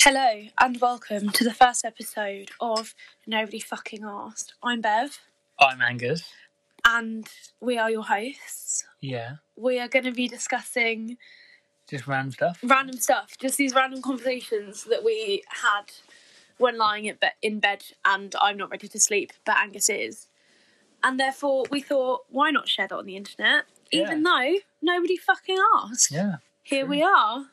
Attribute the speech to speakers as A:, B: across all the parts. A: Hello and welcome to the first episode of Nobody Fucking Asked. I'm Bev
B: I'm Angus.
A: and we are your hosts.
B: Yeah.
A: We are going to be discussing
B: Just random stuff.
A: random stuff, just these random conversations that we had when lying at be- in bed and I'm not ready to sleep, but Angus is. And therefore, we thought, why not share that on the internet? Even though nobody fucking asked.
B: Yeah.
A: Here we are.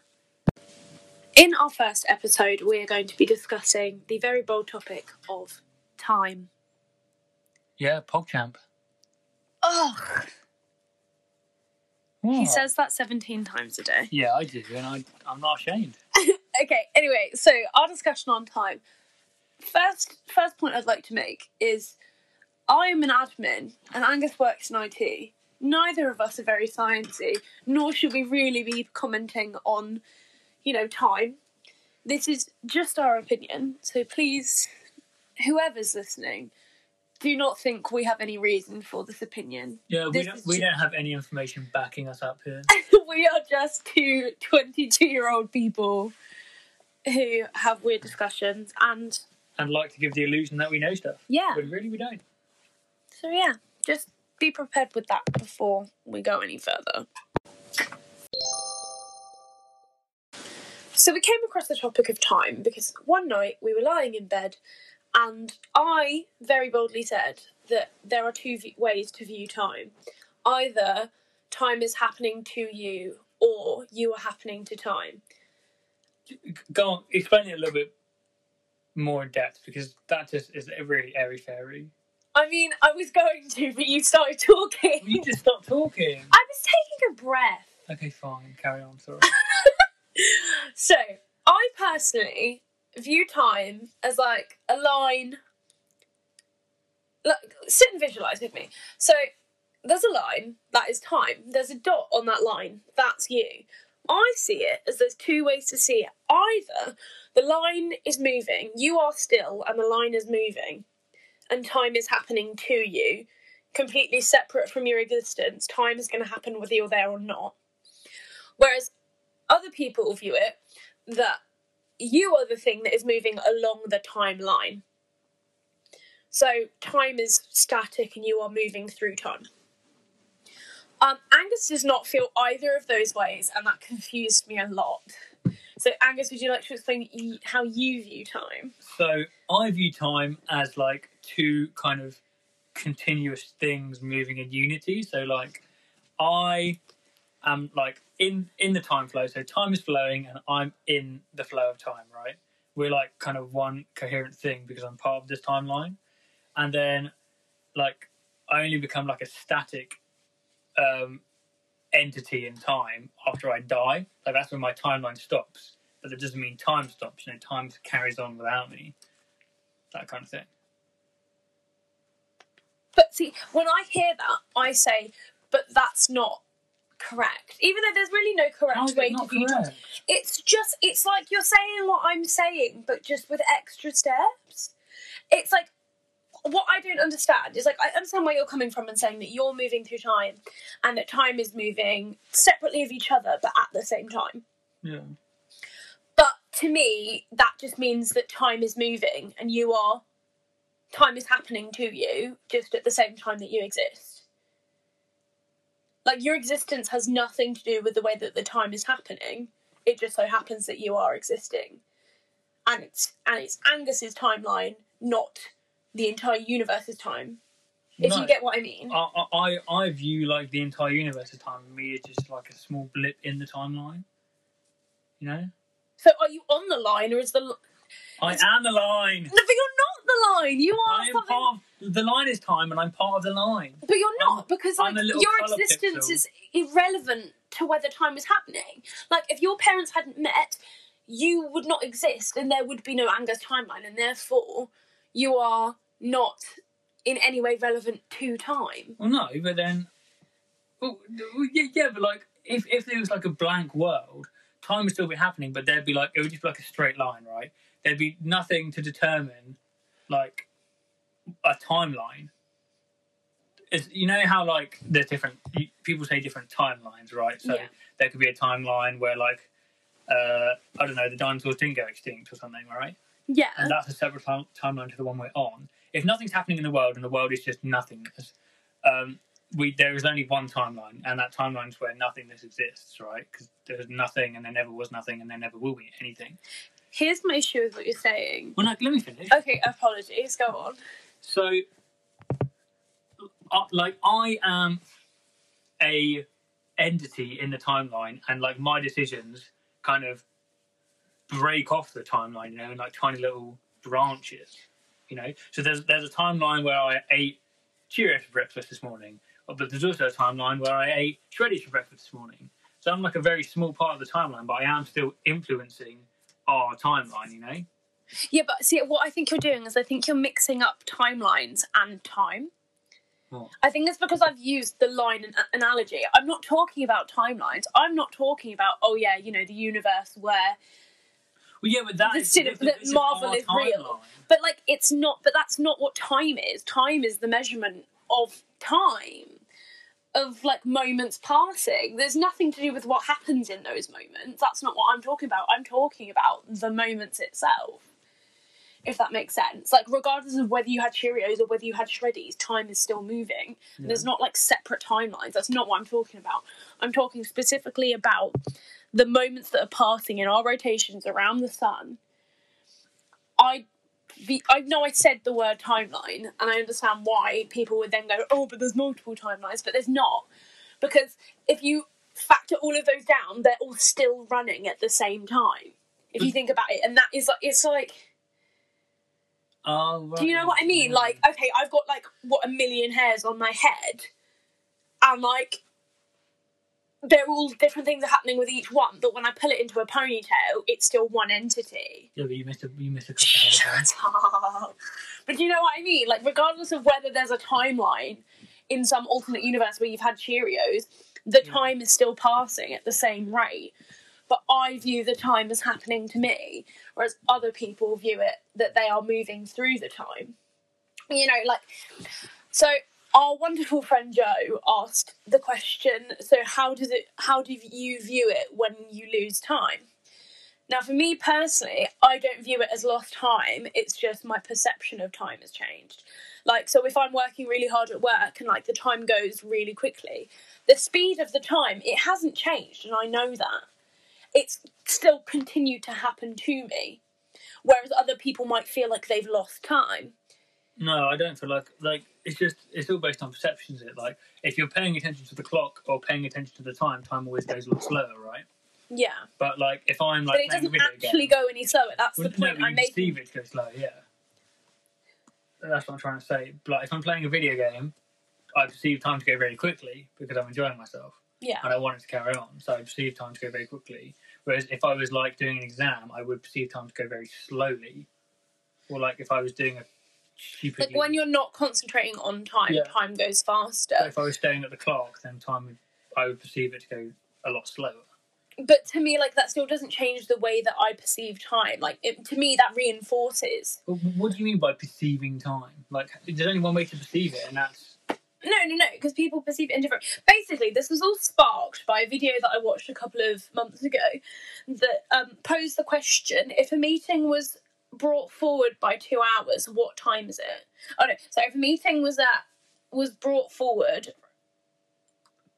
A: In our first episode, we are going to be discussing the very bold topic of time.
B: Yeah, PogChamp.
A: Ugh! He
B: What?
A: says that 17 times a day.
B: Oh. Yeah, I do, and I, I'm not ashamed.
A: Okay, anyway, so our discussion on time. First, first point I'd like to make is I am an admin and Angus works in IT. Neither of us are very sciencey, nor should we really be commenting on, you know, time. This is just our opinion, so please, whoever's listening, do not think we have any reason for this opinion.
B: Yeah, we
A: This
B: don't,
A: is
B: we
A: ju-
B: don't have any information backing us up here.
A: we are just two 22 year old people who have weird discussions and
B: and like to give the illusion that we know stuff.
A: yeah
B: But really, we don't.
A: so yeah just be prepared with that before we go any further so we came across the topic of time because one night we were lying in bed and i very boldly said that there are two v- ways to view time either time is happening to you or you are happening to time
B: Go on, explain it a little bit more in depth because that just is really airy fairy.
A: I mean, I was going to, but you started talking.
B: You just stop talking.
A: I was taking a breath.
B: Okay, fine, carry on. Sorry.
A: So, I personally view time as like a line. Look, sit and visualize with me. So, there's a line that is time. There's a dot on that line. That's you. I see it as there's two ways to see it. Either the line is moving, you are still, and the line is moving, and time is happening to you, completely separate from your existence. Time is going to happen whether you're there or not. Whereas other people view it that you are the thing that is moving along the timeline. So time is static and you are moving through time. Um, Angus does not feel either of those ways, and that confused me a lot. So, Angus, would you like to explain y- how you view time?
B: So I view time as like two kind of continuous things moving in unity. So like I am like in in the time flow. So time is flowing and I'm in the flow of time, right? We're like kind of one coherent thing because I'm part of this timeline. And then like I only become like a static um entity in time after I die. Like that's when my timeline stops but that doesn't mean time stops. You know, time carries on without me. That kind of thing.
A: But see, when I hear that, I say, but that's not correct. Even though there's really no correct way to view time. It's just, it's like you're saying what I'm saying, but just with extra steps. It's like, what I don't understand is like, I understand where you're coming from and saying that you're moving through time and that time is moving separately of each other, but at the same time.
B: Yeah.
A: But to me, that just means that time is moving and you are, time is happening to you just at the same time that you exist. Like your existence has nothing to do with the way that the time is happening. It just so happens that you are existing. And it's and it's Angus's timeline, not the entire universe's time. If you get what I mean.
B: I, I I view like the entire universe of time. Me is just like a small blip in the timeline. You know,
A: So are you on the line or is the li-
B: I am the line.
A: No, but you're not the line. You are
B: I am
A: something
B: part of the line is time, and I'm part of the line.
A: But you're not
B: I'm-
A: because like
B: I'm a little
A: your
B: colour
A: existence
B: pixel.
A: is irrelevant to whether time is happening. Like if your parents hadn't met, you would not exist, and there would be no Angus timeline, and therefore you are not in any way relevant to time.
B: Well, no, but then, well, well, yeah, yeah, but like if if there was like a blank world, time would still be happening, but there'd be like it would just be like a straight line, right? There'd be nothing to determine, like a timeline. It's, you know how like there's different you- people say different timelines, right? So
A: Yeah.
B: there could be a timeline where like uh, I don't know, the dinosaurs didn't go extinct or something, right?
A: Yeah.
B: And that's a separate time- timeline to the one we're on. If nothing's happening in the world and the world is just nothingness, um, we there is only one timeline, and that timeline's where nothingness exists, right? Because there's nothing, and there never was nothing, and there never will be anything.
A: Here's my issue with what you're saying.
B: Well, no, let me finish.
A: Okay, apologies. Go on.
B: So, uh, like, I am a entity in the timeline, and like my decisions kind of break off the timeline, you know, in like tiny little branches, you know. So there's there's a timeline where I ate Cheerios for breakfast this morning, but there's also a timeline where I ate Shreddies for breakfast this morning. So I'm like a very small part of the timeline, but I am still influencing our timeline, you know.
A: Yeah, but see, what I think you're doing is I think you're mixing up timelines and time.
B: What?
A: I think it's because I've used the line an- analogy. I'm not talking about timelines. I'm not talking about, oh, yeah, you know, the universe where.
B: Well, yeah, but that
A: The
B: is
A: cine-
B: different.
A: the
B: This
A: Marvel
B: our
A: is real.
B: timeline.
A: But, like, it's not, but that's not what time is. Time is the measurement of time, of, like, moments passing. There's nothing to do with what happens in those moments. That's not what I'm talking about. I'm talking about the moments itself. if that makes sense. Like, regardless of whether you had Cheerios or whether you had Shreddies, time is still moving.
B: Yeah.
A: There's not like separate timelines. That's not what I'm talking about. I'm talking specifically about the moments that are passing in our rotations around the sun. I. The, I know I said the word timeline, and I understand why people would then go, "Oh, but there's multiple timelines," but there's not, because if you factor all of those down, they're all still running at the same time. If you think about it, and that is like it's like
B: Oh, right.
A: do you know what I mean?
B: yeah.
A: Like, okay, I've got like what a million hairs on my head, and like they're all different things are happening with each one. But when I pull it into a ponytail, it's still one entity.
B: yeah, but you missed a you missed a couple of
A: Shut up. But do you know what I mean? Like, regardless of whether there's a timeline in some alternate universe where you've had Cheerios, the
B: Yeah.
A: time is still passing at the same rate. But I view the time as happening to me, whereas other people view it that they are moving through the time. You know, like, so our wonderful friend Joe asked the question so, how does it, how do you view it when you lose time? Now, for me personally, I don't view it as lost time. It's just my perception of time has changed. Like, so if I'm working really hard at work and like the time goes really quickly, the speed of the time, it hasn't changed, and I know that. It's still continued to happen to me. Whereas other people might feel like they've lost time.
B: No, I don't feel like like it's just it's all based on perception, is it? Like if you're paying attention to the clock or paying attention to the time, time always goes a lot slower, right?
A: Yeah.
B: But like if I'm
A: But
B: like
A: it
B: playing a
A: doesn't
B: video
A: actually
B: game,
A: go any slower. That's
B: well,
A: the point
B: no, but
A: I'm
B: you
A: making.
B: perceive it to go slow, yeah. That's what I'm trying to say. But, like if I'm playing a video game, I perceive time to go very quickly because I'm enjoying myself.
A: Yeah.
B: and I wanted to carry on, so I perceived time to go very quickly. Whereas if I was like doing an exam, I would perceive time to go very slowly, or like if I was doing a stupid.
A: Like when you're not concentrating on time,
B: Yeah.
A: time goes faster.
B: if I was staring at the clock, then time would, I would perceive it to go a lot slower.
A: but to me like that still doesn't change the way that i perceive time like it, to me that reinforces
B: But what do you mean by perceiving time? Like there's only one way to perceive it, and that's
A: no no no because people perceive it in different basically this was all sparked by a video that i watched a couple of months ago that um, posed the question if a meeting was brought forward by two hours what time is it oh no so if a meeting was that was brought forward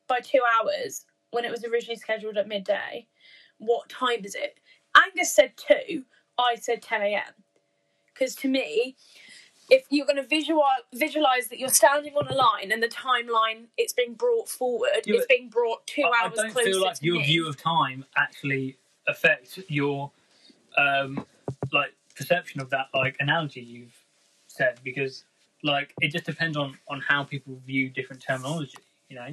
A: by two hours when it was originally scheduled at midday what time is it angus said 2 i said 10 a.m because to me if you're going to visual visualize that you're standing on a line and the timeline it's being brought forward
B: Yeah,
A: it's
B: but
A: being brought two
B: I, I
A: hours
B: don't
A: closer
B: feel like
A: to
B: your
A: me.
B: view of time actually affects your um like perception of that like analogy you've said because like it just depends on on how people view different terminology you know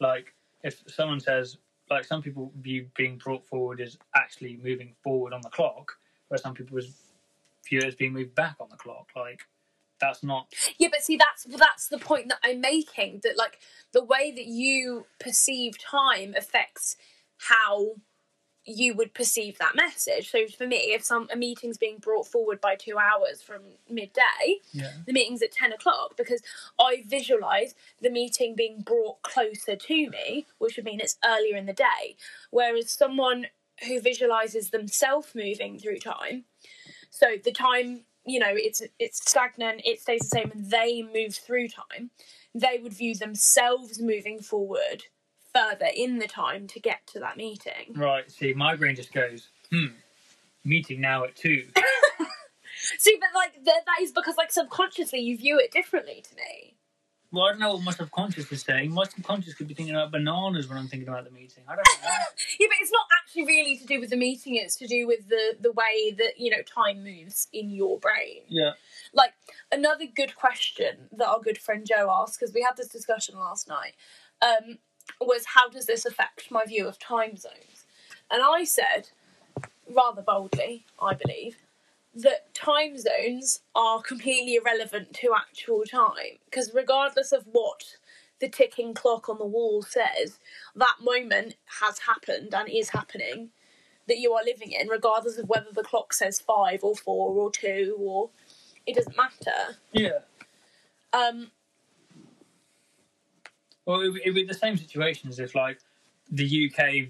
B: like if someone says like some people view being brought forward as actually moving forward on the clock where some people was- view it as being moved back on the clock like that's not
A: Yeah, but see, that's that's the point that I'm making. That like the way that you perceive time affects how you would perceive that message. So for me, if some a meeting's being brought forward by two hours from midday,
B: yeah
A: the meeting's at ten o'clock because I visualize the meeting being brought closer to me, which would mean it's earlier in the day. Whereas someone who visualizes themselves moving through time. So the time, you know, it's it's stagnant, it stays the same, and they move through time. They would view themselves moving forward further in the time to get to that meeting.
B: Right. See, my brain just goes, hmm. Meeting now at two.
A: See, but like th- that is because like subconsciously you view it differently to me.
B: Well, I don't know what my subconscious is saying. My subconscious could be thinking about bananas when I'm thinking about the meeting. I don't know.
A: Yeah, but it's not actually really to do with the meeting. It's to do with the the way that you know time moves in your brain.
B: yeah.
A: Like another good question that our good friend Joe asked because we had this discussion last night um, was how does this affect my view of time zones? And I said rather boldly, I believe, that time zones are completely irrelevant to actual time because regardless of what the ticking clock on the wall says that moment has happened and is happening that you are living in, regardless of whether the clock says five or four or two or it doesn't matter.
B: Yeah.
A: Um,
B: Well, it, it'd be the same situation as if, like, the UK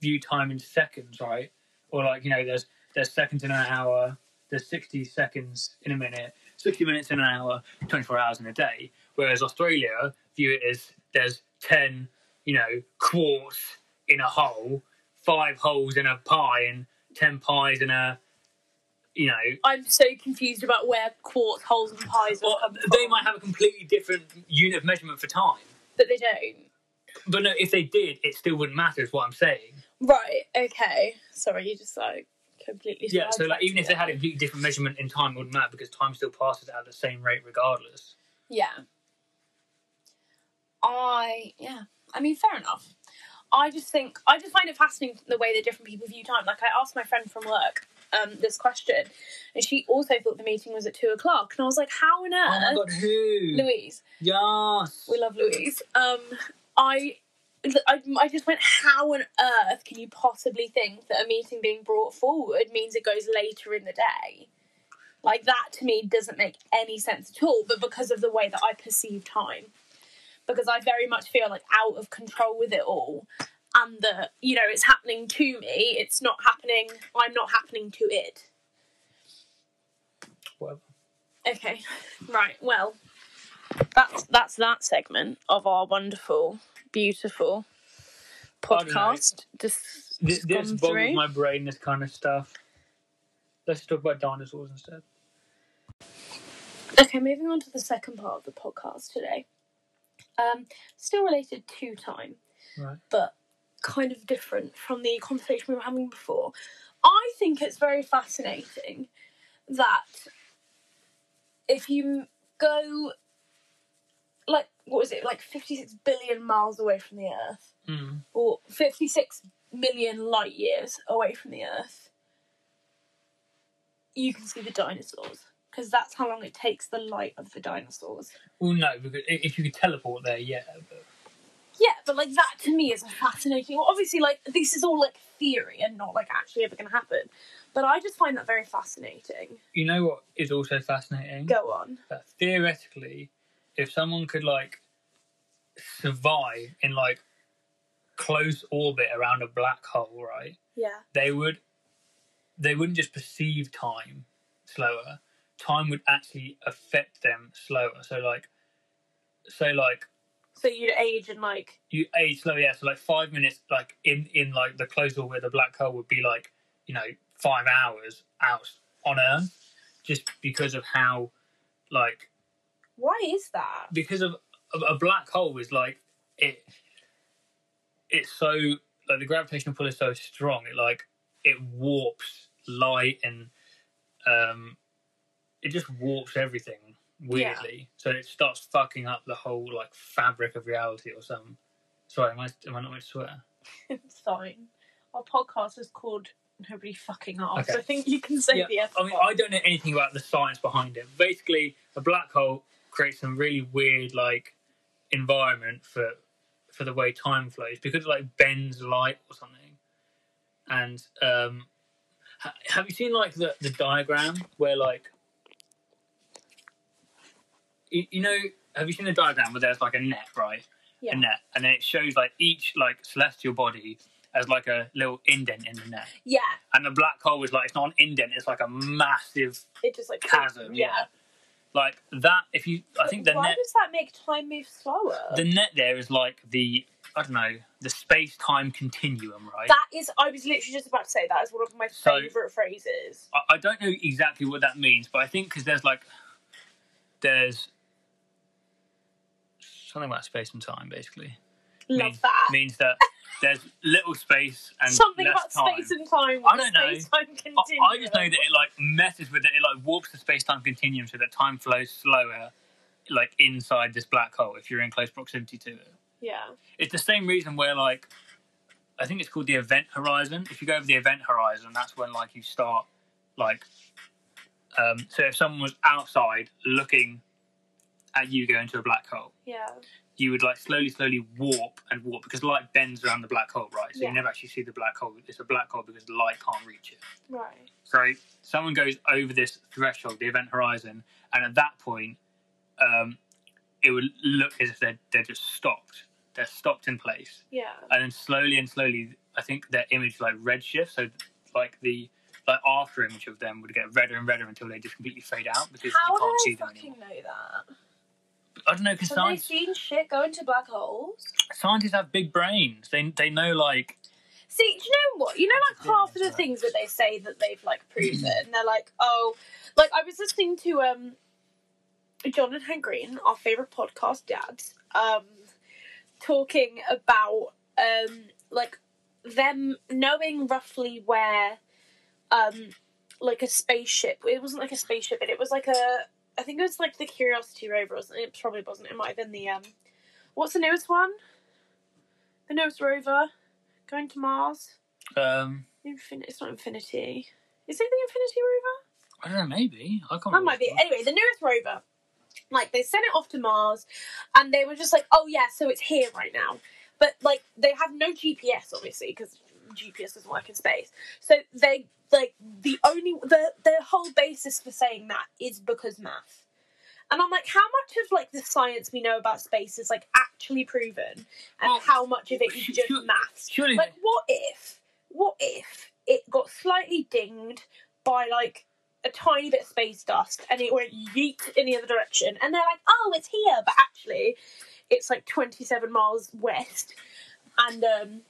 B: view time in seconds, right? Or, like, you know, there's there's seconds in an hour, there's 60 seconds in a minute, 60 minutes in an hour, 24 hours in a day. Whereas Australia view it as there's 10, you know, quarts in a hole, five holes in a pie, and 10 pies in a, you know,
A: I'm so confused about where quartz holes and pies will
B: well,
A: come
B: they
A: from,
B: might have a completely different unit of measurement for time.
A: but they don't.
B: But no, if they did, it still wouldn't matter, is what I'm saying.
A: Right. Okay. Sorry, you just like completely.
B: Yeah, so like
A: sidetracked
B: even
A: me
B: if they
A: there.
B: had a completely different measurement in time, it wouldn't matter because time still passes at the same rate regardless.
A: Yeah. I yeah. I mean, fair enough. I just think I just find it fascinating the way that different people view time. Like I asked my friend from work um, this question, and she also thought the meeting was at two o'clock, and I was like, "How on
B: Oh my
A: earth,
B: god, who?
A: Louise?
B: Yes.
A: We love Louise. Um, I." I, I just went, how on earth can you possibly think that a meeting being brought forward means it goes later in the day? Like, that to me doesn't make any sense at all, but because of the way that I perceive time. Because I very much feel like out of control with it all, and that, you know, it's happening to me, it's not happening, I'm not happening to it.
B: Whatever.
A: Okay, right. Well, that's that's that segment of our wonderful, beautiful
B: I don't know.
A: podcast. Just,
B: This, this
A: gone through.
B: boggles my brain, this kind of stuff. Let's talk about dinosaurs instead.
A: Okay, moving on to the second part of the podcast today. Um, still related to time,
B: Right.
A: but kind of different from the conversation we were having before. I think it's very fascinating that if you go like what was it like 56 billion miles away from the earth
B: Mm.
A: or 56 million light years away from the Earth, you can see the dinosaurs because that's how long it takes the light of the dinosaurs.
B: Well, no, because i- if you could teleport there, yeah. But
A: Yeah, but like that to me is a fascinating. Well, obviously, like this is all like theory and not like actually ever going to happen. But I just find that very fascinating.
B: you know what is also fascinating?
A: Go on.
B: that theoretically, if someone could like survive in like close orbit around a black hole, right?
A: Yeah.
B: They would they wouldn't just perceive time slower. Time would actually affect them slower. So like so like
A: So you'd age in like
B: you age slower, yeah, so like five minutes like in in like the close orbit of the black hole would be like, you know, five hours out on Earth just because of how like
A: why is that?
B: because of of- a black hole is like it it's so like the gravitational pull is so strong it like it warps light and um it just warps everything weirdly so it starts fucking up the whole like fabric of reality or something sorry am i am i not meant to swear
A: It's fine. Our podcast is called Nobody Fucking Asks.
B: Okay.
A: I think you can say
B: Yeah,
A: the F.
B: i mean i don't know anything about the science behind it basically a black hole creates some really weird like environment for for the way time flows because it like bends light or something and um ha- have you seen like the, the diagram where like you, you know have you seen the diagram where there's like a net right
A: Yeah.
B: a net and then it shows like each like celestial body as like a little indent in the net.
A: Yeah,
B: And the black hole is like it's not an indent; it's like a massive
A: it just like
B: chasm. Yeah. Like that. If you, I think the
A: Why
B: net,
A: does that make time move slower?
B: the net there is like the I don't know the space time continuum, right?
A: that is, I was literally just about to say that is one of my
B: So-
A: favorite phrases.
B: I, I don't know exactly what that means, but I think because there's like there's something about space and time basically
A: Love
B: means,
A: that.
B: means that there's little space and
A: Something
B: less
A: about
B: time.
A: space and time.
B: I don't know.
A: space Time
B: I-
A: continuum.
B: I just know that it like messes with it. It like warps the space time continuum so that time flows slower, like inside this black hole if you're in close proximity to it.
A: Yeah.
B: It's the same reason where like I think it's called the event horizon. If you go over the event horizon, that's when like you start like um so if someone was outside looking at you going to a black hole,
A: Yeah.
B: you would like slowly, slowly warp and warp because light bends around the black hole, right? So
A: Yeah.
B: you never actually see the black hole. It's a black hole because the light can't reach it.
A: Right.
B: So someone goes over this threshold, the event horizon, and at that point, um, it would look as if they're, they're just stopped. They're stopped in place.
A: Yeah.
B: And then slowly and slowly, I think their image like redshifts. So like the like after image of them would get redder and redder until they just completely fade out because
A: How
B: you
A: do
B: can't
A: I
B: see them
A: fucking
B: anymore.
A: know that?
B: I don't know because
A: Have they
B: science,
A: seen shit go into black holes?
B: scientists have big brains. They they know like
A: See, do you know what? You know, like
B: That's a bit
A: half of the
B: much, right?
A: things that they say that they've like proven, they're like, oh, like I was listening to um, John and Hank Green, our favorite podcast dads, um, talking about um, like them knowing roughly where, um, like a spaceship. It wasn't like a spaceship, but it was like a. I think it was like the Curiosity rover, or something. It probably wasn't. It might have been the um, what's the newest one? The newest rover going to Mars.
B: um
A: Infin- it's not Infinity. Is it the Infinity rover?
B: I don't know maybe I can't.
A: That
B: remember
A: might be.
B: what it's
A: Anyway, the newest rover. Like they sent it off to Mars, and they were just like, "Oh yeah, so it's here right now." But like they have no GPS, obviously, because GPS doesn't work in space. So they like the only the the whole basis for saying that is because math. And I'm like, how much of like the science we know about space is like actually proven, and
B: Well,
A: how much of it is
B: sh-
A: just
B: sure-
A: maths?
B: called. Surely
A: Like, what if, what if it got slightly dinged by like a tiny bit of space dust and it went yeet in the other direction, and they're like, oh, it's here, but actually, it's like twenty-seven miles west, and um.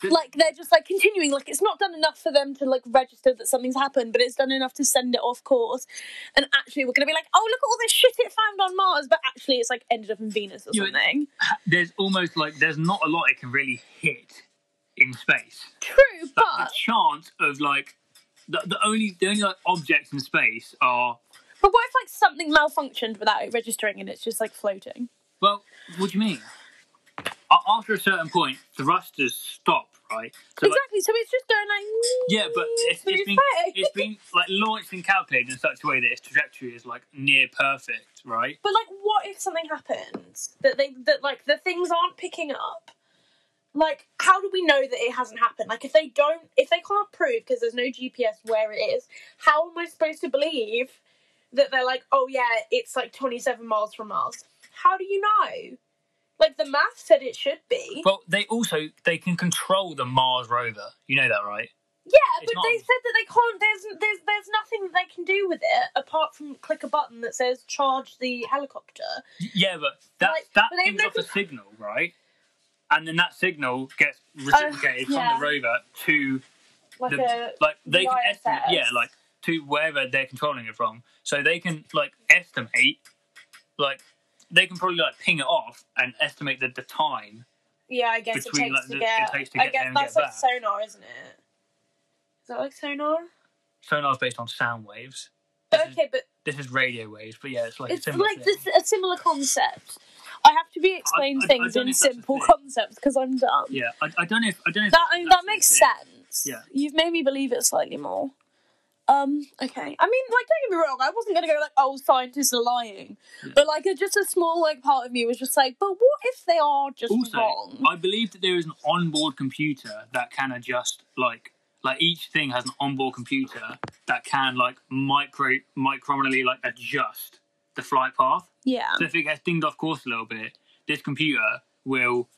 B: Did-
A: Like they're just like continuing, like it's not done enough for them to like register that something's happened, but it's done enough to send it off course. And actually, we're gonna be like, oh, look at all this shit it found on Mars, but actually, it's like ended up in Venus or
B: Yeah, but-
A: something.
B: there's almost like there's not a lot it can really hit in space.
A: True,
B: Like,
A: but
B: the chance of like the, the only the only like objects in space are
A: But what if like something malfunctioned without it registering and it's just like floating?
B: well, what do you mean? A- After a certain point, thrusters stop, right? So like,
A: exactly. So it's just going like
B: yeah, but it's,
A: through
B: it's been
A: space.
B: it's been like launched and calculated in such a way that its trajectory is like near perfect, right?
A: But like, what if something happens that they that like the things aren't picking up? Like, how do we know that it hasn't happened? Like, if they don't, if they can't prove because there's no GPS where it is, how am I supposed to believe that they're like, oh yeah, it's like 27 miles from Mars? How do you know? Like the math said it should be.
B: Well, they also they can control the Mars rover. You know that, right?
A: Yeah,
B: It's
A: but they
B: not-
A: said that they can't. There's there's there's nothing that they can do with it apart from click a button that says charge the helicopter.
B: Y- Yeah, but that
A: Like,
B: that
A: but they have
B: gives
A: no
B: off a
A: control-
B: signal, right? And then that signal gets reciprocated
A: Oh, yeah.
B: from the rover to
A: Like
B: the,
A: a
B: like they can
A: YSS.
B: estimate, yeah, like to wherever they're controlling it from. So they can like estimate, like they can probably like ping it off and estimate the, the time.
A: yeah, I guess it
B: between,
A: takes
B: like,
A: to
B: the-
A: get.
B: it takes to
A: I
B: get
A: guess
B: there and
A: that's
B: get
A: like
B: back.
A: sonar, isn't it? Is that like sonar?
B: Sonar's based on sound waves. This, is,
A: okay, but
B: this is radio waves, but yeah, it's like
A: it's
B: similar.
A: like
B: thing.
A: this a similar concept. I have to be explained
B: I- I
A: things
B: don't know
A: in
B: if that's a
A: simple
B: thing.
A: concepts because I'm dumb.
B: Yeah, I, I don't know if I don't know. If
A: That
B: that's
A: that
B: the
A: makes
B: thing.
A: sense.
B: Yeah.
A: You've made me believe it slightly more. Um, okay. I mean, like, don't get me wrong, I wasn't gonna go like, oh, scientists are lying.
B: Yeah.
A: But like a, just a small like part of me was just like, but what if they are just
B: Also,
A: wrong?
B: I believe that there is an onboard computer that can adjust like like each thing has an onboard computer that can like micro micromonally like adjust the flight path.
A: yeah.
B: So if it gets dinged off course a little bit, this computer will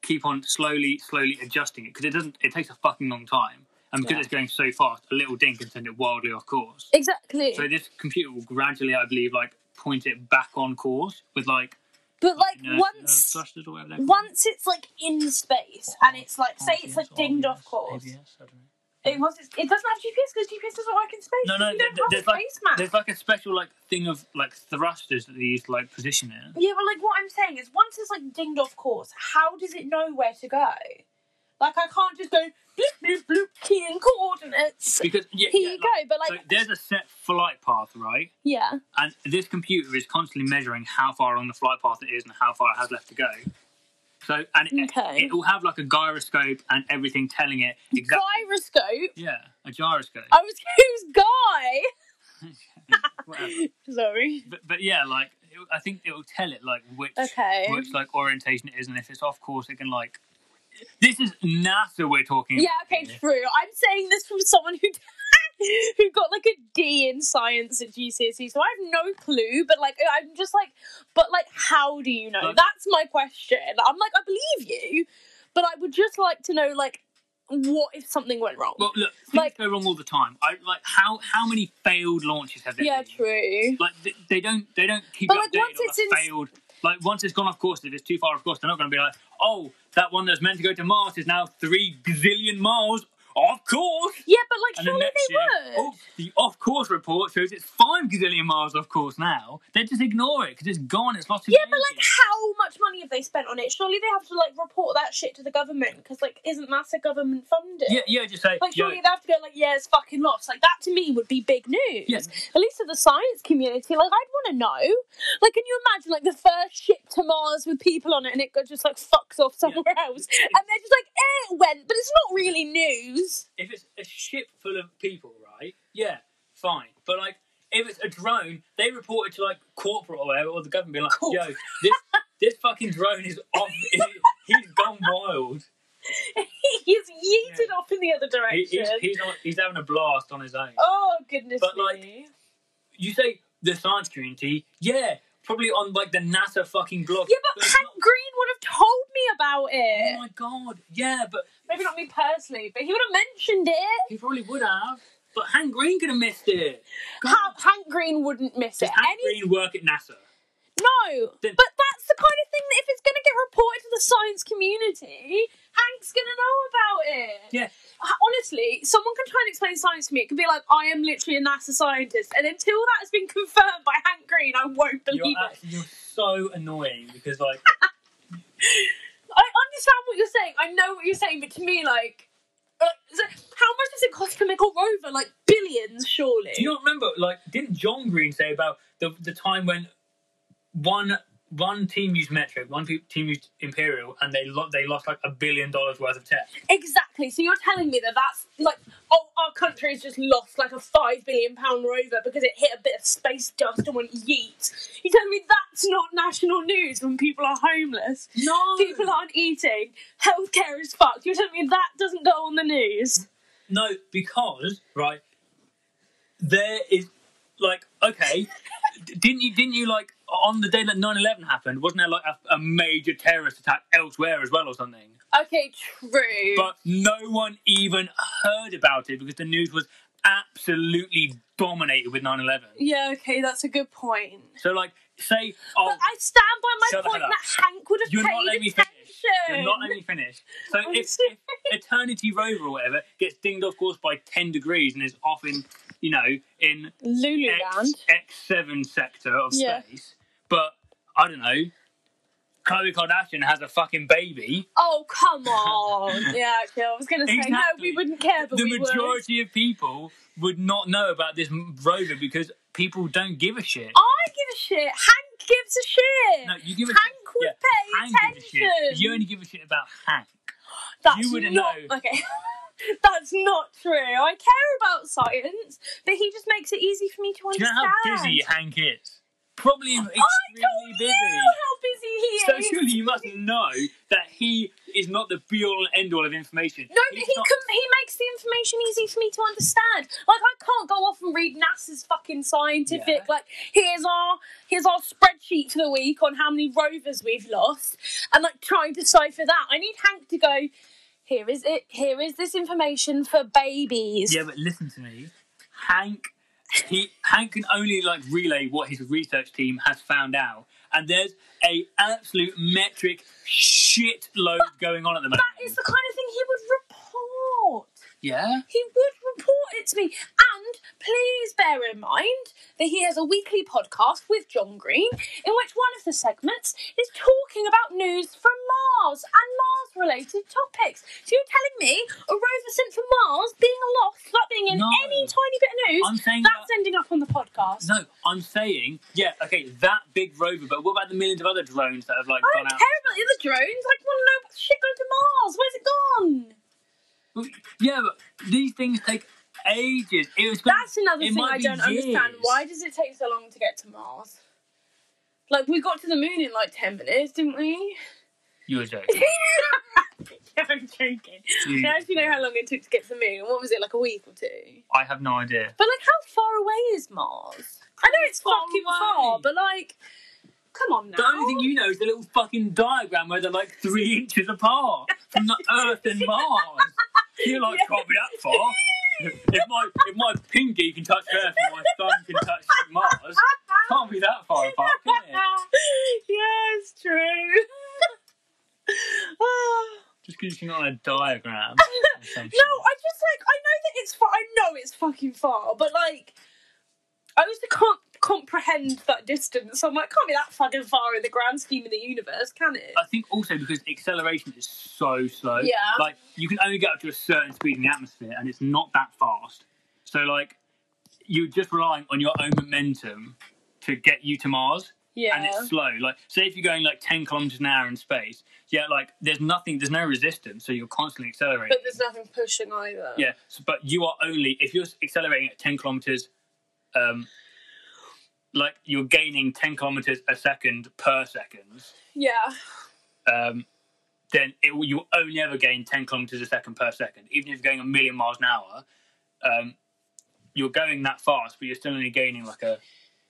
B: keep on slowly, slowly adjusting it because it doesn't. It takes a fucking long time, and because
C: Yeah.
B: it's going so fast, a little ding can send it wildly off course.
C: Exactly.
B: So this computer will gradually, I believe, like point it back on course with like
C: but like
B: you know, uh,
C: once
B: thrusters or whatever. they're called.
C: once it's like in space and it's like say it's like
B: RTS,
C: dinged off
B: RBS,
C: course.
B: ABS, I don't know.
C: It, was, it doesn't have GPS because GPS doesn't work in space.
B: No, no,
C: you
B: th-
C: don't
B: th-
C: have
B: there's
C: a
B: like
C: space map.
B: there's like a special like thing of like thrusters that they use to like position it.
C: Yeah, but like what I'm saying is, once it's like dinged off course, how does it know where to go? Like I can't just go bloop bloop bloop key in coordinates.
B: Because yeah,
C: Here
B: yeah,
C: you
B: like-
C: go, but
B: so
C: like
B: there's a set flight path, right?
C: yeah,
B: And this computer is constantly measuring how far along the flight path it is and how far it has left to go. So and it,
C: Okay.
B: it will have like a gyroscope and everything telling it exactly.
C: gyroscope.
B: yeah, a gyroscope.
C: I was who's guy?
B: Whatever.
C: Sorry.
B: But, but yeah, like it, I think it will tell it like which
C: Okay.
B: which like orientation it is, and if it's off course, it can like. This is NASA we're talking.
C: Yeah.
B: about
C: Okay.
B: here.
C: True. I'm saying this from someone who. Who got like a D in science at GCSE, E, so I have no clue. But like, I'm just like, but like, how do you know?
B: Like-
C: That's my question. I'm like, I believe you, but I would just like to know, like, what if something went wrong?
B: Well, look, things
C: Like-
B: go wrong all the time. I like how how many failed launches have there?
C: yeah,
B: been?
C: true.
B: Like they, they don't they don't keep
C: But,
B: you
C: like,
B: updated
C: once
B: on
C: it's
B: a
C: in-
B: failed. Like once it's gone off course, if it's too far off course, they're not going to be like, oh, that one that's meant to go to Mars is now three gazillion miles off course.
C: Yeah, but like,
B: And
C: surely
B: then next
C: they
B: year,
C: would.
B: oh, the off course report shows it's five gazillion miles off course now. They just ignore it because it's gone. It's lost. its
C: yeah, but like,
B: engine.
C: how much money have they spent on it? Surely they have to like report that shit to the government because like, isn't NASA government funded?
B: yeah, yeah, just say
C: Like,
B: yeah,
C: surely they have to go like, yeah, it's fucking lost. Like, that to me would be big news.
B: Yeah.
C: At least for the science community, like, I'd want to know. Like, can you imagine like the first ship to Mars with people on it and it got just like fucks off somewhere else, and they're just like, eh, it went, but it's not really news.
B: if it's a ship full of people, right? Yeah, fine. But like, if it's a drone, they report it to like corporate or whatever, or the government, being like,
C: Corporate.
B: "Yo, this this fucking drone is off. Is, he's gone wild.
C: He's yeeted
B: Yeah.
C: off in the other
B: He,
C: direction.
B: he's he's, on, he's having a blast on his own."
C: Oh goodness
B: But,
C: me.
B: like, You say the science community? Yeah, probably on like the NASA fucking blog.
C: Yeah, but
B: it's
C: Hank
B: not-
C: Green would have told me about
B: Oh
C: it.
B: my god! Yeah, but
C: Maybe not me personally, but he would have mentioned it.
B: he probably would have. But Hank Green could have missed it. God,
C: Ha- Hank Green wouldn't miss
B: does
C: it.
B: Hank
C: Any-
B: Green work at NASA?
C: No,
B: Then-
C: but that's the kind of thing that if it's going to get reported to the science community, Hank's going to know about it.
B: Yeah.
C: H- Honestly, someone can try and explain science to me. It could be like, I am literally a NASA scientist, and until that has been confirmed by Hank Green, I won't
B: You're,
C: believe it.
B: actually, you're so annoying because like
C: I understand what you're saying. I know what you're saying, but to me, like, uh, so how much does it cost to make a rover? Like billions, surely.
B: Do you not remember? Like, didn't John Green say about the the time when one one team used Metric, one pe- team used Imperial, and they lo- they lost like a billion dollars worth of tech?
C: exactly. So you're telling me that that's like, oh, our country's just lost like a five billion pound rover because it hit a bit of space dust and went yeet. You're telling me that's not national news when people are homeless,
B: No,
C: people aren't eating, healthcare is fucked. You're telling me that doesn't go on the news.
B: no, because right there is like okay. d- Didn't you? Didn't you like on the day that 9-11 happened? Wasn't there like a, a major terrorist attack elsewhere as well or something?
C: Okay, true.
B: But no one even heard about it because the news was absolutely dominated with 9-11.
C: yeah, okay, that's a good point.
B: So like, say, oh,
C: But I stand by my
B: Shut the
C: point
B: hell up.
C: that Hank would have
B: You're not
C: paid
B: letting me
C: attention.
B: finish. You're not letting me finish. So
C: I'm
B: if,
C: sorry.
B: if Eternity Rover or whatever gets dinged off course by 10 degrees and is off in, you know, in X,
C: Lululand.
B: X7 sector of
C: Yeah.
B: space, but I don't know, Khloe Kardashian has a fucking baby,
C: Oh come on! yeah, okay, I was gonna say no.
B: Exactly.
C: We wouldn't care, but
B: the
C: we would.
B: majority of people would not know about this m- rover because people don't give a shit.
C: I give a shit. Hank gives a shit.
B: No, you give a
C: Hank
B: shit.
C: would
B: yeah,
C: pay
B: Hank gives a
C: attention.
B: shit. You only give a shit about Hank.
C: That's
B: you wouldn't
C: not
B: know.
C: okay. That's not true. I care about science, but he just makes it easy for me to
B: Do you
C: understand.
B: know how busy Hank is? Probably
C: I told
B: extremely busy.
C: you how busy he
B: So
C: is.
B: surely you must know that he is not the be all and end all of information.
C: No, but
B: He's
C: he
B: not-
C: com- he makes the information easy for me to understand. Like I can't go off and read NASA's fucking scientific.
B: Yeah.
C: Like here's our here's our spreadsheet for the week on how many rovers we've lost, and like try and decipher that. I need Hank to go. Here is it. Here is this information for babies.
B: Yeah, but listen to me, Hank. He Hank can only like relay what his research team has found out, and there's a absolute metric shitload going on at the moment.
C: That is the kind of thing he would report.
B: yeah,
C: He would report it to me. And please bear in mind that he has a weekly podcast with John Green, in which one of the segments is talking about news from Mars and Mars related topics. So you're telling me a rover sent from Mars being lost, not being in
B: No.
C: any tiny bit of news,
B: I'm saying
C: that's ending up on the podcast.
B: No, I'm saying, yeah, okay, that big rover, but what about the millions of other drones that have like
C: I
B: gone
C: don't
B: out?
C: care about the other drones. I want to know what the shit going to Mars. Where's it gone?
B: Yeah, but these things take ages. It was
C: That's another
B: it
C: thing
B: might
C: I
B: be
C: don't understand.
B: years.
C: Why does it take so long to get to Mars? Like we got to the moon in like ten minutes, didn't we?
B: you were joking.
C: yeah, I'm joking.
B: You-
C: I actually know how long it took to get to the moon. What was it, like a week or two?
B: I have no idea.
C: But like, how far away is Mars? I know it's
B: Far
C: fucking
B: away.
C: far, but like, come on now.
B: The only thing you know is the little fucking diagram where they're like three inches apart from the Earth and Mars. You're like,
C: Yeah.
B: can't be that far. If my if my pinky can touch Earth and my thumb can touch Mars, can't be that far apart, can it?
C: yeah, it's true. Ah.
B: Just because you're not on a diagram. assumption.
C: No, I just like I know that it's far. I know it's fucking far, but like, I also can't comprehend that distance. I'm like, can't be that fucking far in the grand scheme of the universe, can it?
B: I think also because acceleration is so slow.
C: Yeah.
B: Like you can only get up to a certain speed in the atmosphere, and it's not that fast. So like you're just relying on your own momentum to get you to Mars,
C: Yeah.
B: and it's slow. Like say if you're going like 10 kilometers an hour in space, yeah, like there's nothing, there's no resistance, so you're constantly accelerating.
C: but there's nothing pushing either.
B: yeah, so, but you are only if you're accelerating at 10 kilometers, um, like you're gaining 10 kilometers a second per second
C: Yeah.
B: um, then it, will- you'll only ever gain 10 kilometers a second per second. Even if you're going a million miles an hour, um, you're going that fast, but you're still only gaining like a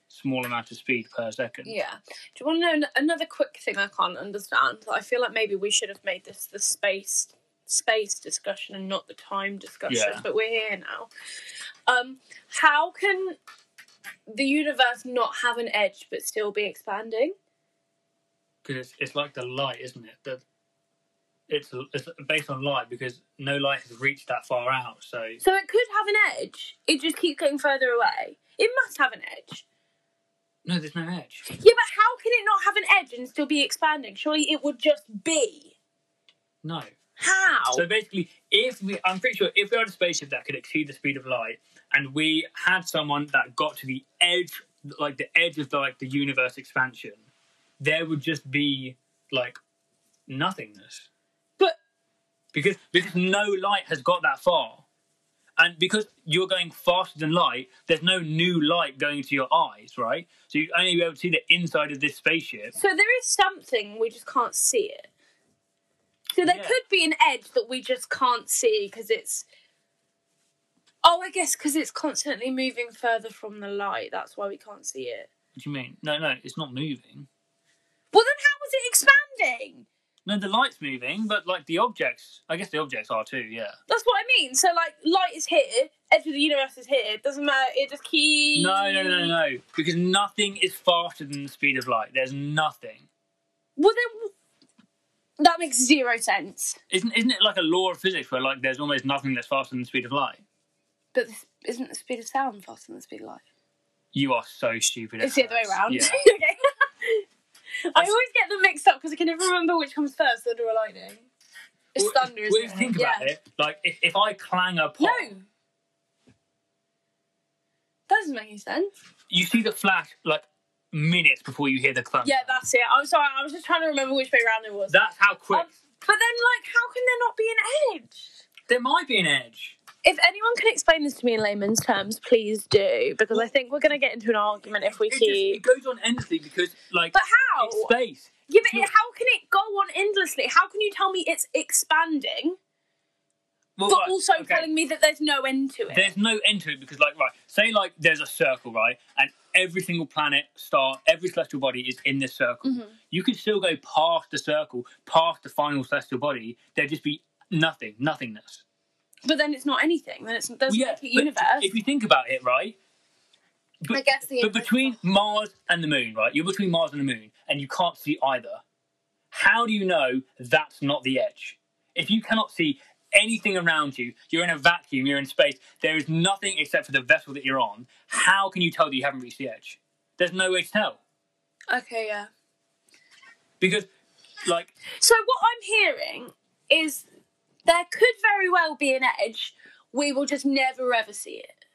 B: small amount of speed per second.
C: Yeah. Do you want to know an- another quick thing I can't understand? I feel like maybe we should have made this the space space discussion and not the time discussion,
B: Yeah.
C: but we're here now. Um, how can the universe not have an edge but still be expanding?
B: Because it's, it's like the light, isn't it? That it's, it's based on light because no light has reached that far out. So
C: So it could have an edge. It just keeps getting further away. It must have an edge.
B: no, there's no edge.
C: Yeah, but how can it not have an edge and still be expanding? Surely it would just be.
B: No.
C: How?
B: So basically, if we, I'm pretty sure if we had a spaceship that could exceed the speed of light, and we had someone that got to the edge, like the edge of the, like the universe expansion, there would just be like nothingness,
C: but
B: because because no light has got that far, and because you're going faster than light, there's no new light going to your eyes, right? So you'd only be able to see the inside of this spaceship.
C: So there is something we just can't see it. So there
B: Yeah.
C: could be an edge that we just can't see because it's. Oh, I guess because it's constantly moving further from the light. That's why we can't see it.
B: What do you mean? No, no, it's not moving.
C: Well, then how is it expanding?
B: No, the light's moving, but like the objects, I guess the objects are too. Yeah.
C: That's what I mean. So like, light is here. Edge of the universe is here. It doesn't matter. It just keeps.
B: No, no, no, no. Because nothing is faster than the speed of light. There's nothing.
C: Well, then that makes zero sense.
B: Isn't isn't it like a law of physics where like there's almost nothing that's faster than the speed of light?
C: But this, isn't the speed of sound faster than the speed of light?
B: You are so stupid. it
C: It's the other way
B: hurts.
C: around.
B: Yeah.
C: okay. I always get them mixed up because I can never remember which comes first, thunder or lightning. It's
B: Well,
C: thunder,
B: well,
C: isn't
B: if
C: it?
B: you think about it, like if, if I clang a pot,
C: No. That doesn't make any sense.
B: you see the flash like minutes before you hear the clang.
C: Yeah, that's it. I'm sorry, I was just trying to remember which way round it was.
B: That's how quick.
C: Um, but then, like, how can there not be an edge?
B: there might be an edge.
C: If anyone can explain this to me in layman's terms, please do, because I think we're going to get into an argument if we
B: It, just, it
C: keep.
B: goes on endlessly because like
C: But how?
B: it's space.
C: Yeah, but it, how can it go on endlessly? How can you tell me it's expanding,
B: Well,
C: but
B: right,
C: also
B: okay.
C: telling me that there's no end to it?
B: There's no end to it because, like, right, say like there's a circle, right, and every single planet, star, every celestial body is in this circle. You could still go past the circle, past the final celestial body. There'd just be nothing, nothingness.
C: but then it's not anything. Then it's there's
B: Yeah,
C: not a
B: but
C: universe.
B: If you think about it, right. But,
A: I guess the
B: but between Mars and the Moon, right? You're between Mars and the Moon, and you can't see either. How do you know that's not the edge? If you cannot see anything around you, you're in a vacuum, you're in space. There is nothing except for the vessel that you're on. How can you tell that you haven't reached the edge? There's no way to tell
C: okay, yeah.
B: because, like,
C: So what I'm hearing is there could very well be an edge. We will just never ever see it.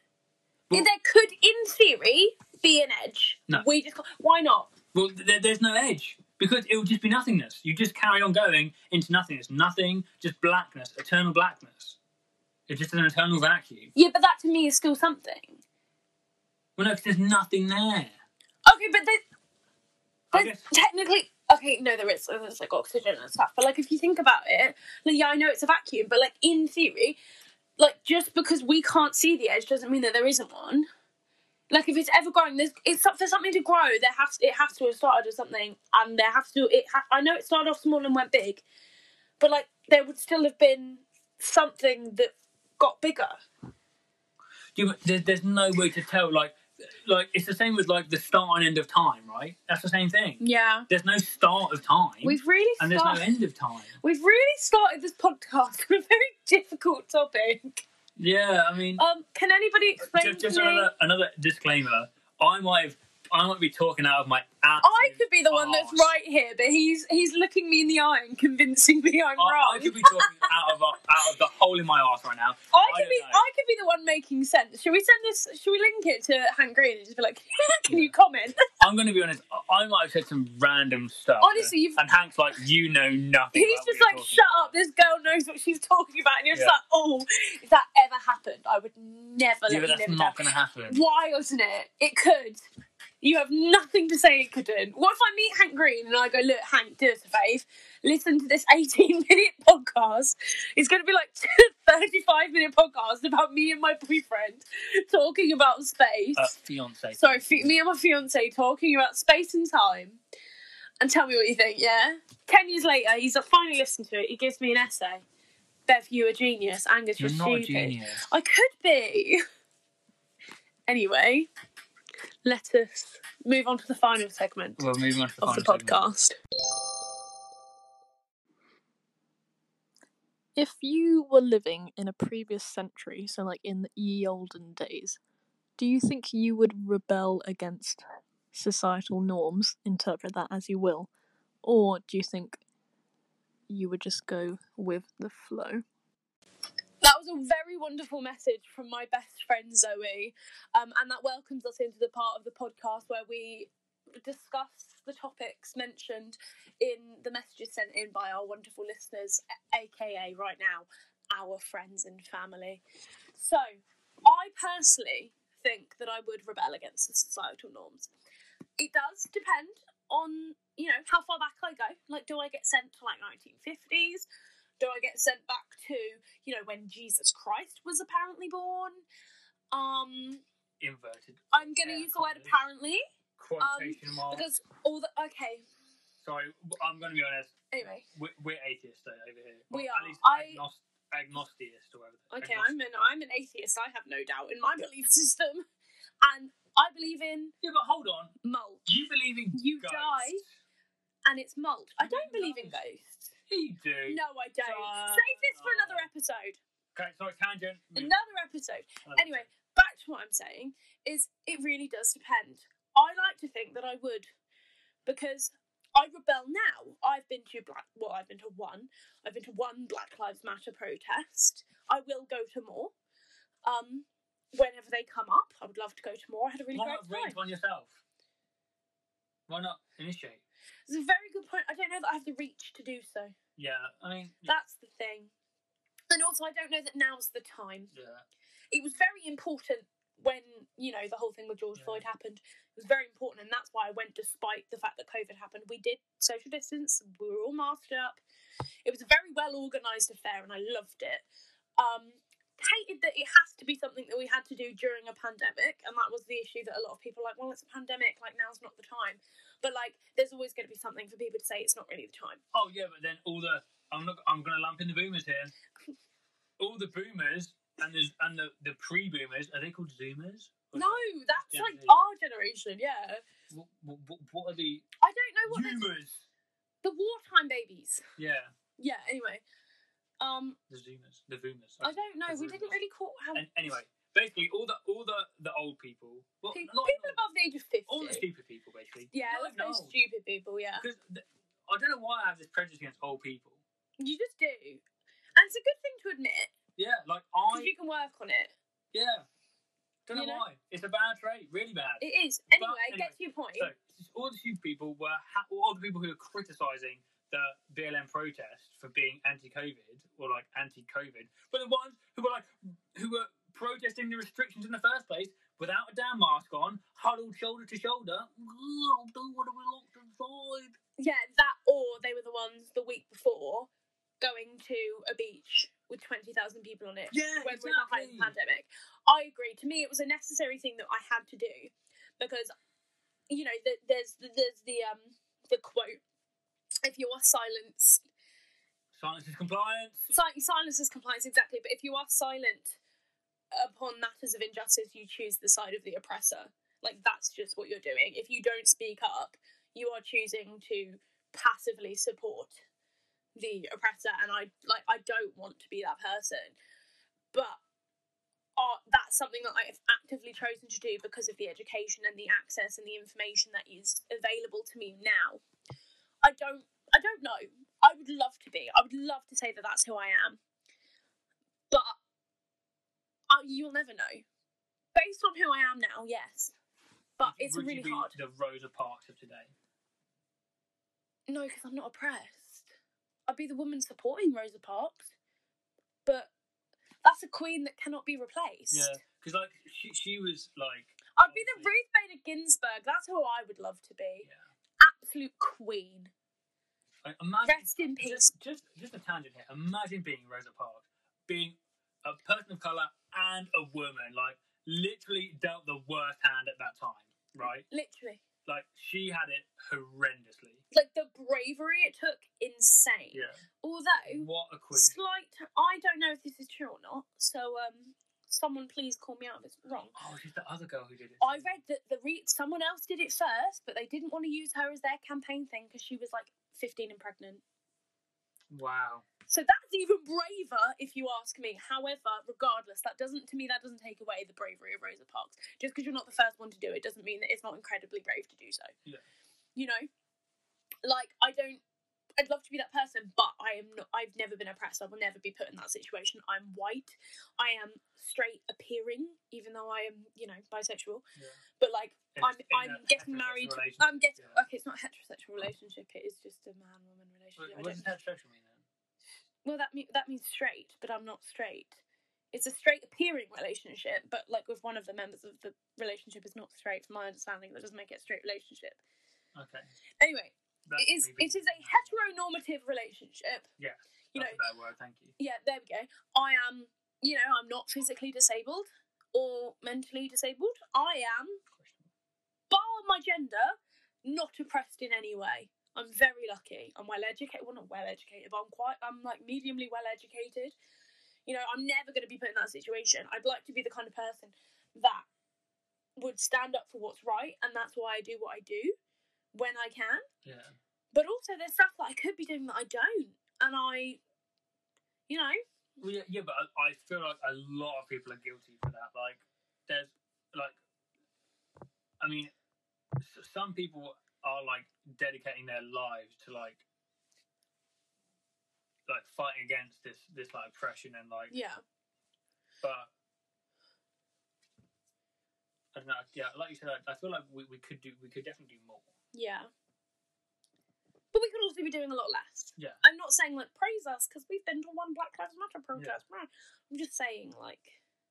B: Well-
C: there could, in theory, be an edge.
B: No.
C: We just why not?
B: Well, th- there, there's no edge because it will just be nothingness. You just carry on going into nothingness, nothing, just blackness, eternal blackness. It's just an eternal vacuum.
C: Yeah, but that to me is still something.
B: Well, no, 'cause there's nothing there.
C: Okay, but there's,
B: I
C: there's
B: guess-
C: technically okay. No, there is. There's like oxygen and stuff. But like, if you think about it, like, yeah, I know it's a vacuum, but like in theory, like just because we can't see the edge doesn't mean that there isn't one. Like if it's ever growing, there's it's up for something to grow. There has it has to have started as something, and there has to it. Ha- I know it started off small and went big, but like there would still have been something that got bigger.
B: Yeah, but there, there's no way to tell. Like, like it's the same with like the start and end of time, right? That's the same thing.
C: Yeah,
B: There's no start of time,
C: we've really
B: and there's no end of time.
C: We've really started this podcast on a very difficult topic.
B: Yeah, I mean,
C: Um, can anybody explain
B: just, just
C: to me?
B: another another disclaimer. I might have, I might be talking out of my ass.
C: I could be the one that's
B: arse.
C: right here, but he's he's looking me in the eye and convincing me I'm wrong.
B: I, I could be talking out of out of the hole in my arse right now. I don't
C: be
B: know.
C: I could be the one making sense. Should we send this? Should we link it to Hank Green and just be like, "Can you comment?"
B: I'm going to be honest. I- I might have said some random stuff.
C: Honestly, you've-
B: and Hank's like, you know nothing.
C: He's
B: about what
C: just
B: you're
C: like,
B: talking
C: "Shut
B: about."
C: up! This girl knows what she's talking about," and you're just
B: Yeah.
C: like, "Oh, if that ever happened, I would never
B: Yeah,
C: let
B: but
C: you
B: that's
C: live
B: not
C: that."
B: going to happen.
C: Why wasn't it? It could. You have nothing to say it couldn't. What if I meet Hank Green and I go, look, Hank, do us a fave. Listen to this 18 minute podcast. It's going to be like 35 minute podcast about me and my boyfriend talking about space.
B: Uh, fiance.
C: Sorry, fi- me and my fiance talking about space and time. And tell me what you think, yeah? 10 years later, he's finally listened to it. He gives me an essay. Bev, you a genius. Angus,
B: You're
C: you're
B: not a
C: stupid.
B: genius.
C: I could be. Anyway, let us move on to the final segment
B: Well, moving on to the
C: of the
B: final segment.
C: podcast.
A: If you were living in a previous century, so like in the ye olden days, do you think you would rebel against societal norms, interpret that as you will, or do you think you would just go with the flow?
C: That was a very wonderful message from my best friend Zoe, um, and that welcomes us into the part of the podcast where we discuss the topics mentioned in the messages sent in by our wonderful listeners, a- aka right now our friends and family. So, I personally think that I would rebel against the societal norms. It does depend on you know how far back I go. Like, do I get sent to like nineteen fifties? Do I get sent back to you know when Jesus Christ was apparently born? Um,
B: Inverted.
C: I'm gonna
B: Yeah,
C: use the word
B: probably.
C: apparently
B: Quotation mark.
C: because all the okay.
B: Sorry, I'm going to be honest.
C: Anyway,
B: We're, we're atheists though, over here.
C: We
B: Well,
C: are.
B: At least
C: I-
B: agnost- agnostiist or whatever.
C: okay,
B: Agnost-
C: I'm an I'm an atheist. I have no doubt in my belief system, and I believe in
B: Yeah, but hold on.
C: mulch.
B: You believe in
C: You
B: ghosts?
C: die. and it's mulch. I don't believe in ghosts.
B: You do.
C: No, I don't.
B: Duh.
C: Save this for another episode.
B: Okay, sorry, tangent.
C: Another episode.
B: Another
C: Anyway, back to what I'm saying is it really does depend. I like to think that I would because I rebel now. I've been to black well, I've been to one. I've been to one Black Lives Matter protest. I will go to more. Um whenever they come up. I would love to go to more. I had a really
B: Why not
C: great
B: arrange
C: time.
B: one yourself? Why not initiate?
C: It's a very good point. I don't know that I have the reach to do so.
B: Yeah, I mean,
C: That's the thing. And also I don't know that now's the time.
B: yeah.
C: it was very important when you know the whole thing with George
B: Yeah.
C: Floyd happened, it was very important, and that's why I went despite the fact that COVID happened. We did social distance. We were all masked up. It was a very well organised affair, and I loved it. Um, hated that it has to be something that we had to do during a pandemic, and that was the issue that a lot of people were like, well, it's a pandemic, like now's not the time. But like, there's always going to be something for people to say it's not really the time.
B: Oh yeah, but then all the I'm not I'm gonna lump in the boomers here. All the boomers and the and the, the pre boomers are they called zoomers? Or
C: No, that's
B: Gen
C: like
B: Z.
C: our generation. Yeah,
B: What, what, what- what are the
C: I don't know what the,
B: zoomers?
C: the wartime babies.
B: Yeah,
C: Yeah. Anyway, um,
B: the zoomers, the boomers.
C: I don't know. We didn't
B: Everyone.
C: really call how
B: And anyway, basically all the all the the old people. Well,
C: people,
B: not,
C: people
B: not-
C: above the age of fifty.
B: all the stupid people basically.
C: yeah,
B: Not
C: let's
B: even
C: go
B: old.
C: stupid people. Yeah,
B: Because th- I don't know why I have this prejudice against old people.
C: you just do, and it's a good thing to admit
B: Yeah, like
C: because
B: I
C: you can work on it.
B: yeah. Don't know,
C: You know?
B: why. It's a bad trait, really bad.
C: It is
B: But
C: anyway.
B: anyway,
C: get to your point.
B: So all the few people were ha- all the people who are criticising the BLM protest for being anti-COVID or like anti-COVID, were the ones who were like who were protesting the restrictions in the first place without a damn mask on, huddled shoulder to shoulder. "Ugh, Do what we locked inside?
C: yeah, that or they were the ones the week before going to a beach with twenty thousand people on it.
B: Yeah,
C: when we're behind
B: exactly.
C: the pandemic. I agree. To me, it was a necessary thing that I had to do because, you know, th there's there's the um the quote: "If you are silenced,
B: Silence is compliance.
C: si- silence is compliance." Exactly, but if you are silent upon matters of injustice, you choose the side of the oppressor. Like that's just what you're doing. If you don't speak up, you are choosing to passively support the oppressor and I like I don't want to be that person. But uh, that's something that I have actively chosen to do because of the education and the access and the information that is available to me now. I don't I don't know. I would love to be. I would love to say that that's who I am. But uh, you'll never know. Based on who I am now, yes. But it's
B: Would you
C: really
B: be
C: hard.
B: The Rosa Parks of today.
C: No, because I'm not oppressed. I'd be the woman supporting Rosa Parks, but that's a queen that cannot be replaced.
B: Yeah, because like she, she was like
C: I'd be the
B: obviously-
C: Ruth Bader Ginsburg. That's who I would love to be.
B: Yeah.
C: Absolute queen.
B: Like, imagine
C: Rest in peace.
B: Just, just, just a tangent here. Imagine being Rosa Parks, being a person of color and a woman, like literally dealt the worst hand at that time, right?
C: Literally,
B: Like she had it horrendously.
C: like the bravery it took, insane.
B: Yeah.
C: Although
B: What a queen.
C: slight, I don't know if this is true or not. So, um, someone please call me out if it's wrong.
B: Oh, she's the other girl who did it.
C: I read that the re- someone else did it first, but they didn't want to use her as their campaign thing because she was like 15 and pregnant.
B: Wow.
C: So that's even braver, if you ask me. However, regardless, that doesn't to me that doesn't take away the bravery of Rosa Parks. Just because you're not the first one to do it doesn't mean that it's not incredibly brave to do so.
B: Yeah.
C: You know, like I don't. I'd love to be that person, but I am not. I've never been oppressed. I will never be put in that situation. I'm white. I am straight appearing, even though I am, you know, bisexual.
B: Yeah.
C: But like,
B: In-
C: I'm
B: in
C: I'm
B: a heterosexual
C: getting married.
B: relationship,
C: I'm getting
B: yeah.
C: okay. It's not a heterosexual relationship. It is just a man woman
B: Wait,
C: relationship. I
B: what
C: don't
B: does heterosexual mean then?
C: well, that mean, that means straight, but I'm not straight. It's a straight appearing relationship, but like with one of the members of the relationship is not straight. From my understanding, that doesn't make it a straight relationship.
B: Okay.
C: Anyway,
B: That's
C: it is
B: me being-
C: it is a heteronormative relationship.
B: Yeah,
C: you know,
B: That's a better word, thank you.
C: yeah, there we go. I am, you know, I'm not physically disabled or mentally disabled. I am, bar my gender, not oppressed in any way. I'm very lucky. I'm well educated. Well, not well educated, but I'm quite. I'm like mediumly well educated. You know, I'm never going to be put in that situation. I'd like to be the kind of person that would stand up for what's right, and that's why I do what I do when I can
B: Yeah.
C: but also there's stuff that I could be doing that I don't, and I, you know,
B: Well, yeah, yeah, but I, I feel like a lot of people are guilty for that. Like, there's like, I mean, s- some people are like dedicating their lives to like, like fighting against this this like oppression and like,
C: yeah,
B: but. I don't know. Yeah, like you said, I, I feel like we, we could do we could definitely do more.
C: yeah. But we could also be doing a lot less.
B: Yeah.
C: I'm not saying like praise us because we've been to one Black Lives Matter protest. meh. I'm just saying like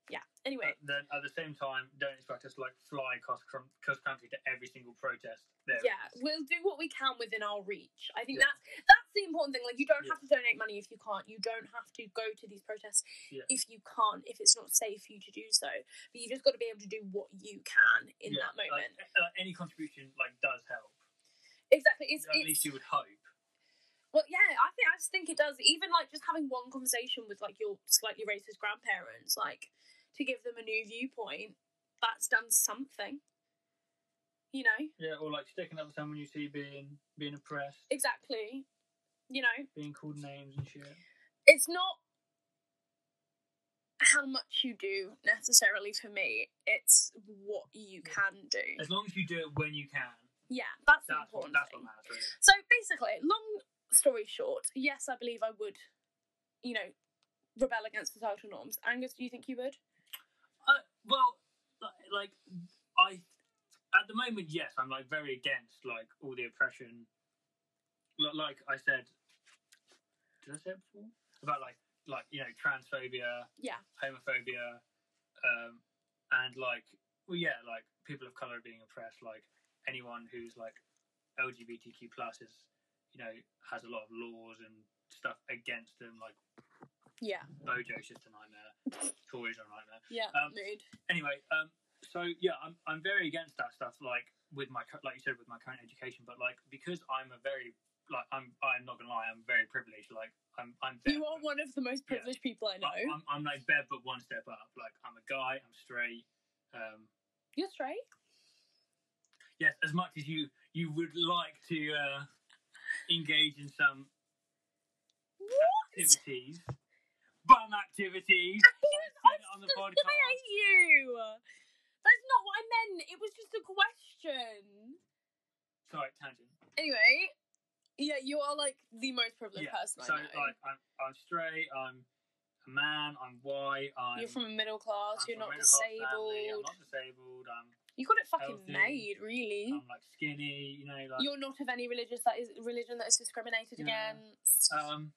C: Yeah. Anyway,
B: But then at the same time, don't expect us to like fly across cr- across country to every single protest. There
C: yeah,
B: is.
C: we'll do what we can within our reach. I think
B: Yeah.
C: that's that's the important thing. Like, you don't
B: Yeah.
C: have to donate money if you can't. You don't have to go to these protests
B: Yeah.
C: if you can't. If it's not safe for you to do so, but you just got to be able to do what you can in
B: Yeah,
C: that moment.
B: Like, uh, any contribution like does help.
C: exactly. It's,
B: At
C: it's
B: least you would hope.
C: Well, yeah, I think I just think it does. Even like just having one conversation with like your slightly racist grandparents, like to give them a new viewpoint, that's done something. You know
B: Yeah, or like sticking up for someone you see being being oppressed,
C: exactly. You know,
B: being called names and shit.
C: it's not how much you do necessarily for me. It's what you can do.
B: As long as you do it when you can,
C: Yeah, that's, the
B: that's what
C: important
B: that's
C: thing.
B: what matters. Really.
C: So basically, long story short, yes, I believe I would. You know, rebel against societal norms. Angus, do you think you would?
B: Uh, well, li- like I, at the moment, yes, I'm like very against like all the oppression. Li- Like I said, did I say it before about like like you know transphobia,
C: Yeah.
B: homophobia, um, and like well yeah like people of color being oppressed. Like anyone who's like LGBTQ plus is you know has a lot of laws and stuff against them. Like
C: Yeah.
B: Bojo's just a nightmare, Tories are a nightmare
C: Yeah,
B: Um,
C: mood.
B: anyway, um, so yeah, I'm I'm very against that stuff. Like with my cur- like you said with my current education, but like because I'm a very like I'm I'm not gonna lie, I'm very privileged. Like I'm I'm bare,
C: You are
B: but-
C: one of the most
B: Yeah. Uh,
C: privileged people I
B: but
C: know.
B: I'm, I'm like bare but one step up. Like I'm a guy, I'm straight. Um,
C: You're straight.
B: yes, as much as you you would like to uh, engage in some
C: What?
B: activities, bum activities. I've said it on the
C: Stop
B: podcast.
C: lying at you. That's not what I meant. It was just a question.
B: Sorry, tangent.
C: Anyway, yeah, you are like the most privileged person
B: so
C: I know.
B: like I'm I'm straight. I'm a man. I'm white. I'm
C: you're from a middle
B: I'm
C: class. you're
B: from
C: not
B: a middle-class
C: disabled.
B: family, I'm not disabled. I'm,
C: you got it fucking
B: healthy. Um,
C: made, really.
B: I'm like skinny. You know, like
C: you're not of any religious that is religion that is discriminated
B: Yeah.
C: against.
B: um,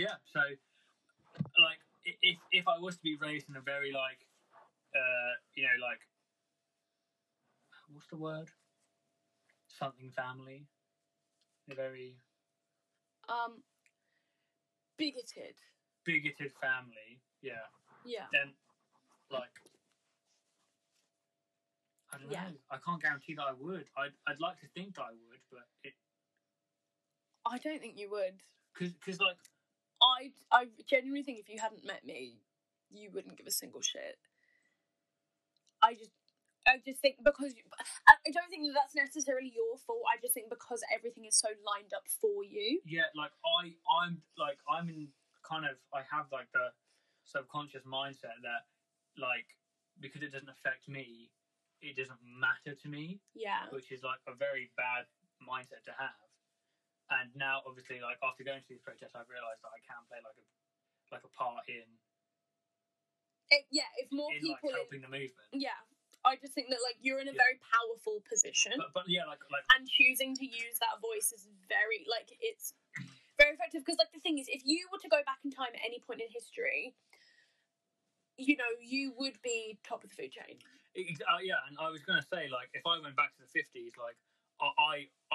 B: yeah. So like i- if if I was to be raised in a very like uh you know like what's the word something family a very
C: um, bigoted.
B: bigoted family yeah
C: Yeah.
B: then like I don't
C: Yeah.
B: know. I can't guarantee that I would. I'd, I'd like to think that I would, but it
C: I don't think you would.
B: because like
C: I I genuinely think if you hadn't met me, you wouldn't give a single shit. I just I just think because you, I I don't think that that's necessarily your fault. I just think because everything is so lined up for you.
B: yeah, like I I'm like I'm in kind of I have like the subconscious mindset that like because it doesn't affect me, it doesn't matter to me,
C: Yeah.
B: which is like a very bad mindset to have. And now, obviously, like after going to these protests, I've realised that I can play like a like a part in
C: It, yeah. If more
B: in like
C: people,
B: helping the movement.
C: yeah. I just think that like you're in a
B: Yeah.
C: very powerful position,
B: But, but yeah, like like
C: and choosing to use that voice is very like it's very effective because like the thing is, if you were to go back in time at any point in history, you know you would be top of the food chain.
B: ex- uh, yeah, and I was gonna say like if I went back to the fifties, like I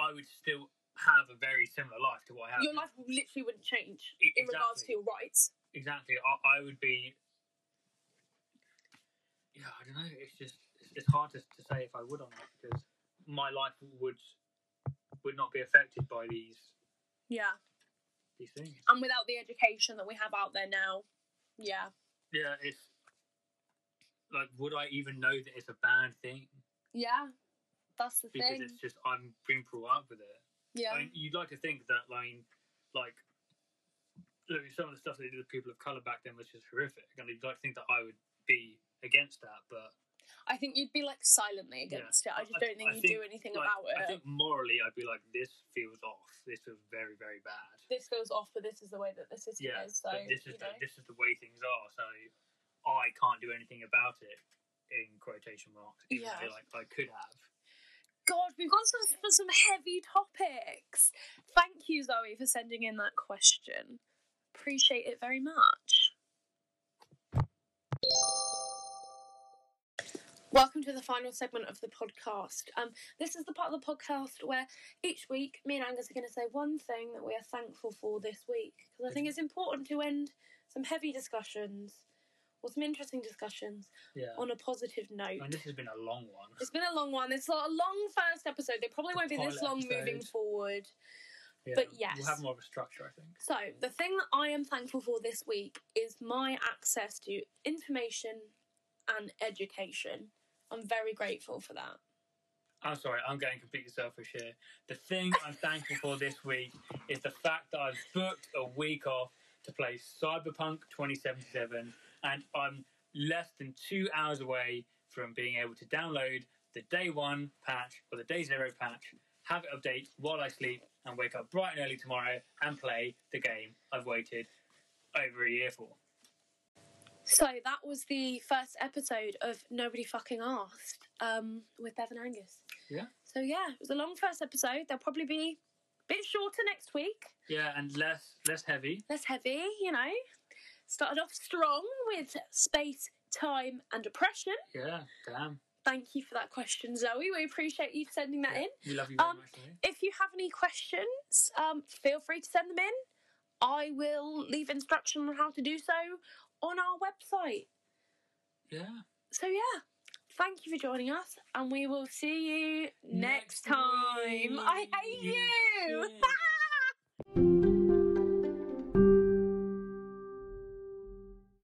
B: I I would still have a very similar life to what I have.
C: your
B: now.
C: life literally wouldn't change
B: E-
C: in regards to
B: exactly.
C: your rights.
B: exactly. I, I would be. Yeah, I don't know. It's just it's, it's hard to, to say if I would or not because my life would would not be affected by these
C: Yeah.
B: these things.
C: And without the education that we have out there now, yeah.
B: Yeah, it's like would I even know that it's a bad thing
C: Yeah. That's the
B: because
C: thing.
B: it's just I'm being brought up with it.
C: Yeah.
B: I mean, you'd like to think that like like look at some of the stuff they did with people of color back then was just horrific, and you'd like to think that I would be against that, but
C: I think you'd be like silently against it. I just
B: I-
C: don't
B: I
C: think you'd
B: think,
C: do anything
B: like,
C: about it.
B: I think morally, I'd be like, this feels off. This feels very, very bad.
C: this goes off, but this is the way that the system
B: Yeah,
C: is. So,
B: but this is
C: you know.
B: the, this is the way things are. So I can't do anything about it. In quotation marks, even
C: Yeah.
B: though, like I could have.
C: God, we've gone some, for some heavy topics. Thank you, Zoe, for sending in that question. Appreciate it very much. Welcome to the final segment of the podcast. Um, this is the part of the podcast where each week me and Angus are going to say one thing that we are thankful for this week because I think it's important to end some heavy discussions or some interesting discussions
B: Yeah.
C: on a positive note.
B: I mean, this has been a long one.
C: It's been a long one. It's a long first episode. They probably won't be this
B: Pilot
C: long moving
B: episode.
C: forward.
B: Yeah,
C: But yes.
B: We'll have more of a structure, I think.
C: So, the thing that I am thankful for this week is my access to information and education. I'm very grateful for that.
B: I'm sorry, I'm getting completely selfish here. The thing I'm thankful for this week is the fact that I've booked a week off to play Cyberpunk 2077, and I'm less than two hours away from being able to download the day one patch or the day zero patch, have it update while I sleep, and wake up bright and early tomorrow and play the game I've waited over a year for.
C: So, that was the first episode of Nobody Fucking Asked um, with Bev and Angus.
B: Yeah.
C: So, yeah, it was a long first episode. They'll probably be a bit shorter next week,
B: Yeah, and less less heavy.
C: less heavy, you know. Started off strong with space, time, and oppression.
B: Yeah, damn.
C: Thank you for that question, Zoe. We appreciate you sending that
B: Yeah,
C: in.
B: we love you very
C: Um,
B: much. Zoe.
C: If you have any questions, um, feel free to send them in. I will leave instruction on how to do so on our website.
B: Yeah.
C: So, yeah, thank you for joining us, and we will see you next, time. I hate you.
B: Yeah.